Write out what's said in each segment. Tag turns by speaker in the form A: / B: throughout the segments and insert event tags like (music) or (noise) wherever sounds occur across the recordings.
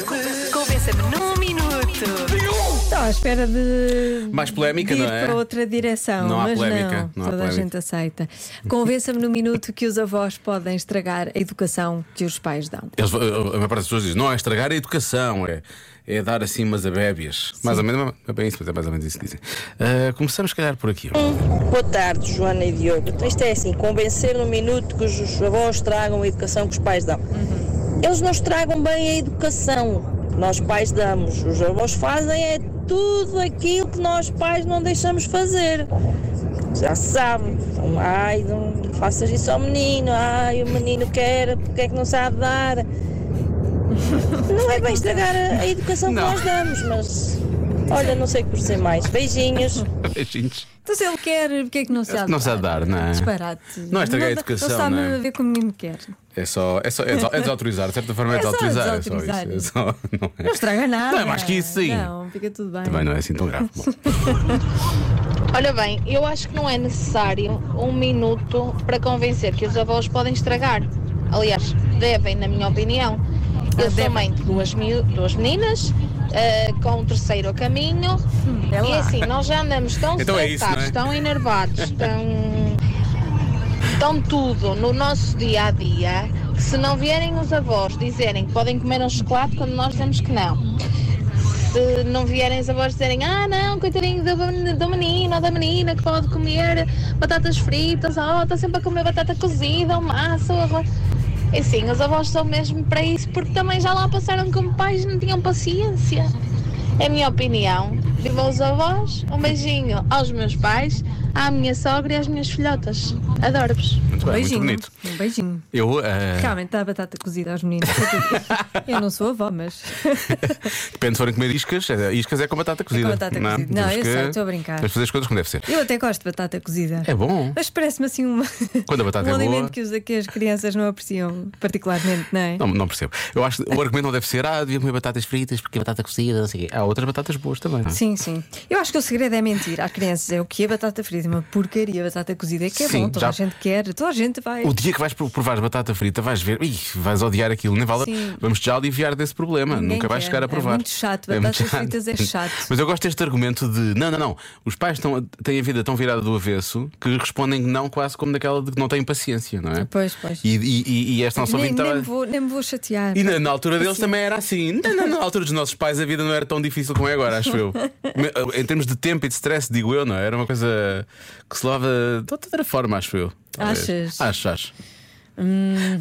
A: Convença-me num minuto.
B: Estou à espera de.
C: Mais polémica,
B: de ir
C: não é?
B: para outra direção.
C: Não há
B: mas
C: polémica,
B: Não,
C: não há
B: toda a
C: polémica.
B: gente aceita. Convença-me no minuto que os avós podem estragar a educação que os pais dão.
C: Eles, a- a a maior parte das pessoas diz: não, é estragar a educação, é, é dar assim umas abébias. Mais ou menos, é bem isso, mas é mais ou menos isso que dizem. Ah, começamos, se calhar, por aqui.
D: Então, Boa tarde, Joana e Diogo. Então, Isto é assim, convencer no minuto que os avós tragam a educação que os pais dão. Eles não estragam bem a educação. que Nós pais damos. Os avós fazem é tudo aquilo que nós pais não deixamos fazer. Já se sabe. Então, ai, não faças isso ao menino. Ai, o menino quer, porque é que não sabe dar? Não é bem estragar a, a educação que
C: Não.
D: nós damos, mas... Olha, não sei por ser mais. Beijinhos.
C: Beijinhos.
B: Então, se ele quer, porque é que não se há de
C: Não se há de dar, não é?
B: Disparate.
C: Não é estragar a educação,
B: Não, dá- não
C: não
B: sabe
C: é?
B: a ver com o menino quer.
C: É só. É, só, é, des- é desautorizar, de certa forma é,
B: É só
C: desautorizar. É só isso.
B: desautorizar.
C: É só, (laughs) não, é.
B: Não estraga nada.
C: Não é mais que isso, sim.
B: Não, fica tudo bem.
C: Também não é assim tão grave. Bom,
E: Ora bem, eu acho que não é necessário um minuto para convencer que os avós podem estragar. Aliás, devem, na minha opinião. Eu sou mãe de duas, miú- duas meninas, ah, com um terceiro a caminho.
B: É
E: e
B: lá.
E: assim, nós já andamos tão
C: Então é isso, não
E: soltados,
C: é?
E: tão enervados, tão. tão tudo no nosso dia a dia, que se não vierem os avós dizerem que podem comer um chocolate quando nós dizemos que não. Se não vierem os avós dizerem, ah não, coitadinho do, do menino ou da menina que pode comer batatas fritas, oh, está sempre a comer batata cozida ou massa ou arroz. E sim, os avós são mesmo para isso, porque também já lá passaram como pais e não tinham paciência. É a minha opinião. Viva os avós, um beijinho aos meus pais, à minha sogra e às minhas filhotas. Adoro-vos.
C: muito bem, muito
B: Beijinho.
C: bonito.
B: Um beijinho.
C: Eu. ah,
B: Realmente dá batata cozida aos meninos. Eu não sou avó, mas.
C: (laughs)
B: (laughs)
C: depende se forem comer iscas. é- Iscas é com batata cozida.
B: batata cozida. Não,
C: Temos
B: eu
C: que-
B: sei, estou a brincar.
C: Temos que fazer as coisas como deve ser.
B: Eu até gosto de batata cozida.
C: É bom.
B: Mas parece-me assim uma,
C: Quando a batata
B: (laughs) um
C: é boa.
B: alimento que, os, que as crianças não apreciam particularmente, não é?
C: Não, não percebo. Eu acho que o argumento não deve ser, ah, devia comer batatas fritas porque é batata cozida, não sei o quê. Há outras batatas boas também. não é?
B: Sim, sim. Eu acho que o segredo é mentir. Às crianças é o que é batata frita, uma porcaria. Batata cozida é que é
C: Sim,
B: bom, toda a
C: já-
B: gente quer, toda a gente vai.
C: O dia que vais pro- provar batata frita, vais ver, ih, vais odiar aquilo, nem vale.
B: Sim.
C: Vamos já aliviar desse problema,
B: Ninguém
C: nunca vais
B: quer.
C: chegar a
B: É
C: provar.
B: muito chato, batatas fritas é chato.
C: Mas eu gosto deste argumento de não, não, não. Os pais estão, têm a vida tão virada do avesso que respondem não quase como daquela de que não têm paciência, não é?
B: Pois, pois.
C: E, e, e, e esta nossa
B: nem,
C: ouvinte
B: nem,
C: estava.
B: me vou, nem me vou chatear.
C: E na, na altura deles também era assim. Na, na- na altura dos nossos pais a vida não era tão difícil como é agora, acho eu. Me- eh, em termos de tempo e de stress, digo eu, não é? Era uma coisa que se lava de outra forma, acho eu. Talvez.
B: Achas? Hum.
C: Acho, acho.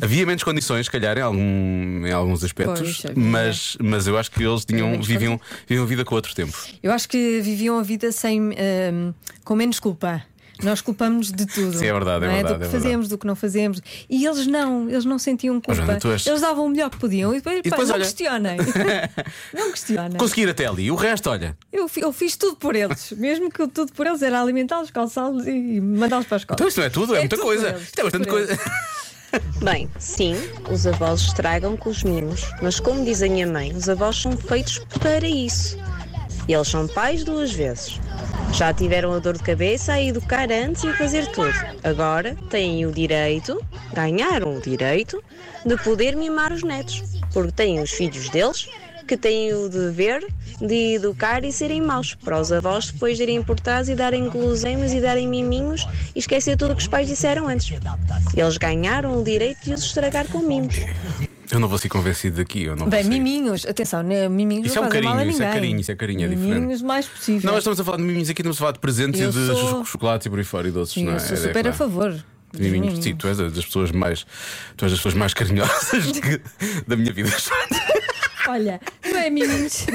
C: Havia menos condições, se calhar, em, algum- em alguns aspectos,
B: Pois, havia.
C: mas, mas eu acho que eles tinham,
B: menos
C: viviam, viviam a vida com outro tempo.
B: Eu acho que viviam a vida sem, ehm, com menos culpa. Nós culpamos de tudo.
C: Sim, é verdade, é
B: não
C: verdade,
B: Do que
C: é verdade.
B: fazemos, do que não fazemos. E eles não, eles não sentiam culpa.
C: Joana, tu és-
B: Eles davam o melhor que podiam e depois, pá,
C: depois,
B: não
C: olha- (laughs)
B: questionem. não questionem.
C: Conseguir até ali, o resto, olha.
B: Eu, fi- eu fiz tudo por
C: (laughs)
B: eles. Mesmo que o tudo por eles era alimentá-los, calçá-los e mandá-los para a escola.
C: Então isto não é tudo, é,
B: É
C: muita
B: tudo
C: coisa.
B: eles,
C: Isto é bastante
B: tudo eles.
C: coisa.
D: Bem, sim, os avós estragam com os mimos, mas como diz a minha mãe, os avós são feitos para isso. E eles são pais duas vezes. Já tiveram a dor de cabeça a educar antes e a fazer tudo. Agora têm o direito, ganharam o direito, de poder mimar os netos, porque têm os filhos deles que têm o dever de educar e serem maus, para os avós depois irem por trás e darem guloseimas e darem miminhos e esquecer tudo o que os pais disseram antes. Eles ganharam o direito de os estragar com mimos.
C: Eu não vou ser convencido daqui, eu não
B: Bem,
C: vou ser.
B: miminhos, atenção, né? miminhos
C: Isso é
B: não
C: um
B: fazem mal a
C: carinho,
B: ninguém.
C: isso é carinho, isso é carinho, é
B: miminhos
C: diferente.
B: Miminhos mais possível.
C: Não, nós estamos a falar de miminhos aqui, estamos a falar de presentes
B: Eu
C: e de
B: sou-
C: cho- chocolates e por aí fora e doces, não é?
B: Eu sou
C: É, é
B: super a
C: claro.
B: favor. dos
C: Miminhos, sim, tu és das pessoas mais, tu és das pessoas mais carinhosas que- (laughs) da minha vida.
B: Olha, não é
C: (laughs)
B: miminhos.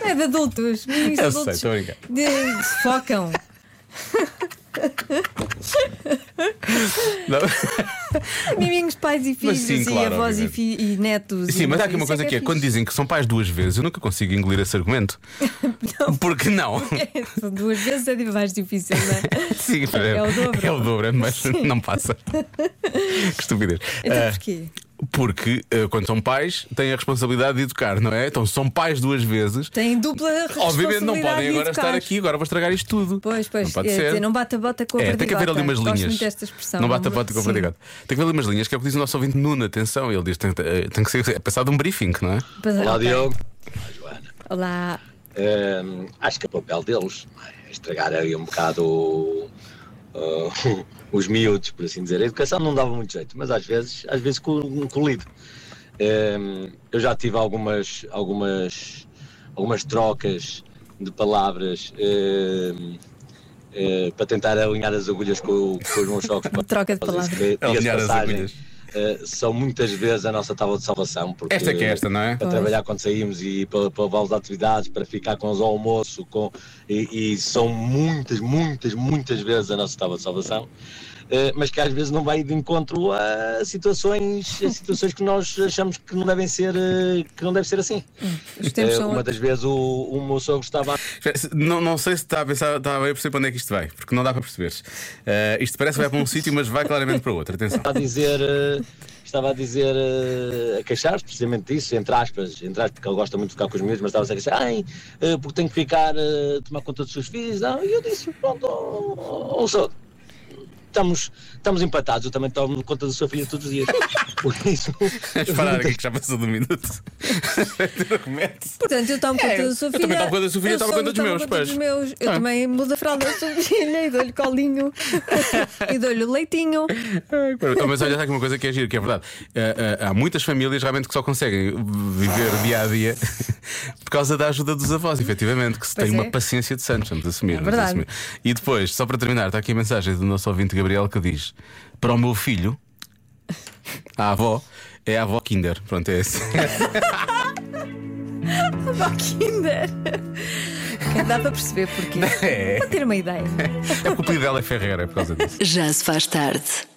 B: Não é de adultos. Miminhos
C: Eu sei,
B: adultos.
C: tô a brincar.
B: de- que se focam.
C: (laughs) Não?
B: Miminhos pais e filhos
C: sim,
B: e
C: claro,
B: avós e, fi-
C: obviamente.
B: e netos.
C: Sim,
B: e-
C: mas há aqui uma
B: isso
C: coisa que é
B: fixe.
C: quando dizem que são pais duas vezes, eu nunca consigo engolir
B: (laughs)
C: esse argumento. Porque não?
B: São Duas vezes é mais difícil, não
C: (laughs)
B: é?
C: Sim,
B: É o dobro. (laughs)
C: É o dobro, mas não passa. Que estupidez.
B: Então
C: Ah,
B: porquê?
C: Porque eh, quando são pais, têm a responsabilidade de educar, não é? Então são pais duas vezes.
B: Têm dupla
C: Obviamente não
B: responsabilidade
C: podem
B: de
C: agora
B: educar.
C: estar aqui, agora vou estragar isto tudo.
B: Pois, pois,
C: não pode
B: é,
C: ser.
B: dizer, não bate a bota com a
C: É, tem que haver ali umas
B: perdigota. Gosto
C: linhas.
B: muito desta expressão,
C: não bate a
B: não-
C: bota com a
B: sim.
C: perdigota. Tem que haver ali umas linhas, que é o que diz o nosso ouvinte Nuno, atenção. Ele diz: tem, eh, tem que ser é passado um briefing, não é?
B: Pois é,
A: Olá,
B: ok.
A: Diogo. Olá, Joana.
B: Olá.
A: Hum, acho que o papel deles é estragar ali um bocado uh, (laughs) os miúdos, por assim dizer. A educação não dava muito jeito, mas às vezes, às vezes co- colido. Hum, eu já tive algumas, algumas, algumas trocas de palavras hum, eh, para tentar alinhar as agulhas com, o- com os meus jogos.
B: (laughs) Troca de palavras.
C: Alinhar as
A: passagem,
C: agulhas.
A: eh, são muitas vezes a nossa tábua de salvação. Porque
C: Esta que é esta, não é?
A: para
B: Pois.
A: trabalhar quando saímos e para, para várias atividades, para ficar com os ao almoço, com, e, e são muitas, muitas, muitas vezes a nossa tábua de salvação, eh, mas que às vezes não vai de encontro a situações, a situações que nós achamos que não devem ser, eh, que não deve ser assim.
B: Os tempos
A: Eh,
B: são
A: Uma das vezes o, o meu sogro estava
C: Espera, Eh, se- Não, não sei se está a pensar, está a perceber para onde é que isto vai, porque não dá para perceber. Eh, isto parece que vai para um (laughs) sítio, mas vai claramente para outro. Atenção.
A: a dizer, eh, estava a dizer, eh, a queixar-se precisamente disso, entre aspas, entre aspas, porque ele gosta muito de ficar com os miúdos, mas estava a dizer, ai, eh, porque tenho que ficar, eh, tomar conta dos seus filhos, não, e eu disse, pronto, ou Estamos, estamos empatados, eu também tomo conta da sua filha todos os dias. (laughs) Por isso.
C: Vamos parar aqui que já passou de um minuto.
B: Portanto, eu tomo conta da sua filha.
C: É, também tomo conta da sua filha,
B: eu
C: tomo
B: sou-
C: conta dos
B: tomo
C: meus,
B: conta
C: pois.
B: dos meus. Eu
C: Ah.
B: também mudo a fralda da sua filha (laughs) e dou-lhe colinho e dou-lhe o
C: (laughs)
B: leitinho.
C: Ah, Mas olha, está aqui uma coisa que é giro, que é verdade. Ah, ah, há muitas famílias realmente que só conseguem viver dia a dia (laughs) por causa da ajuda dos avós, efetivamente, que se
B: Pois
C: tem
B: é.
C: uma paciência de santos, vamos assumir.
B: É
C: vamos
B: verdade.
C: assumir. E depois, só para terminar, está aqui a mensagem do nosso ouvinte Gabriel que diz: Para o meu filho, a avó é a avó Kinder. Pronto, é (laughs) assim.
B: Vá ao Kinder. Dá para perceber porquê. Para ter uma ideia.
C: É porque o apelido dela é Ferreira, é por causa disso.
F: Já se faz tarde.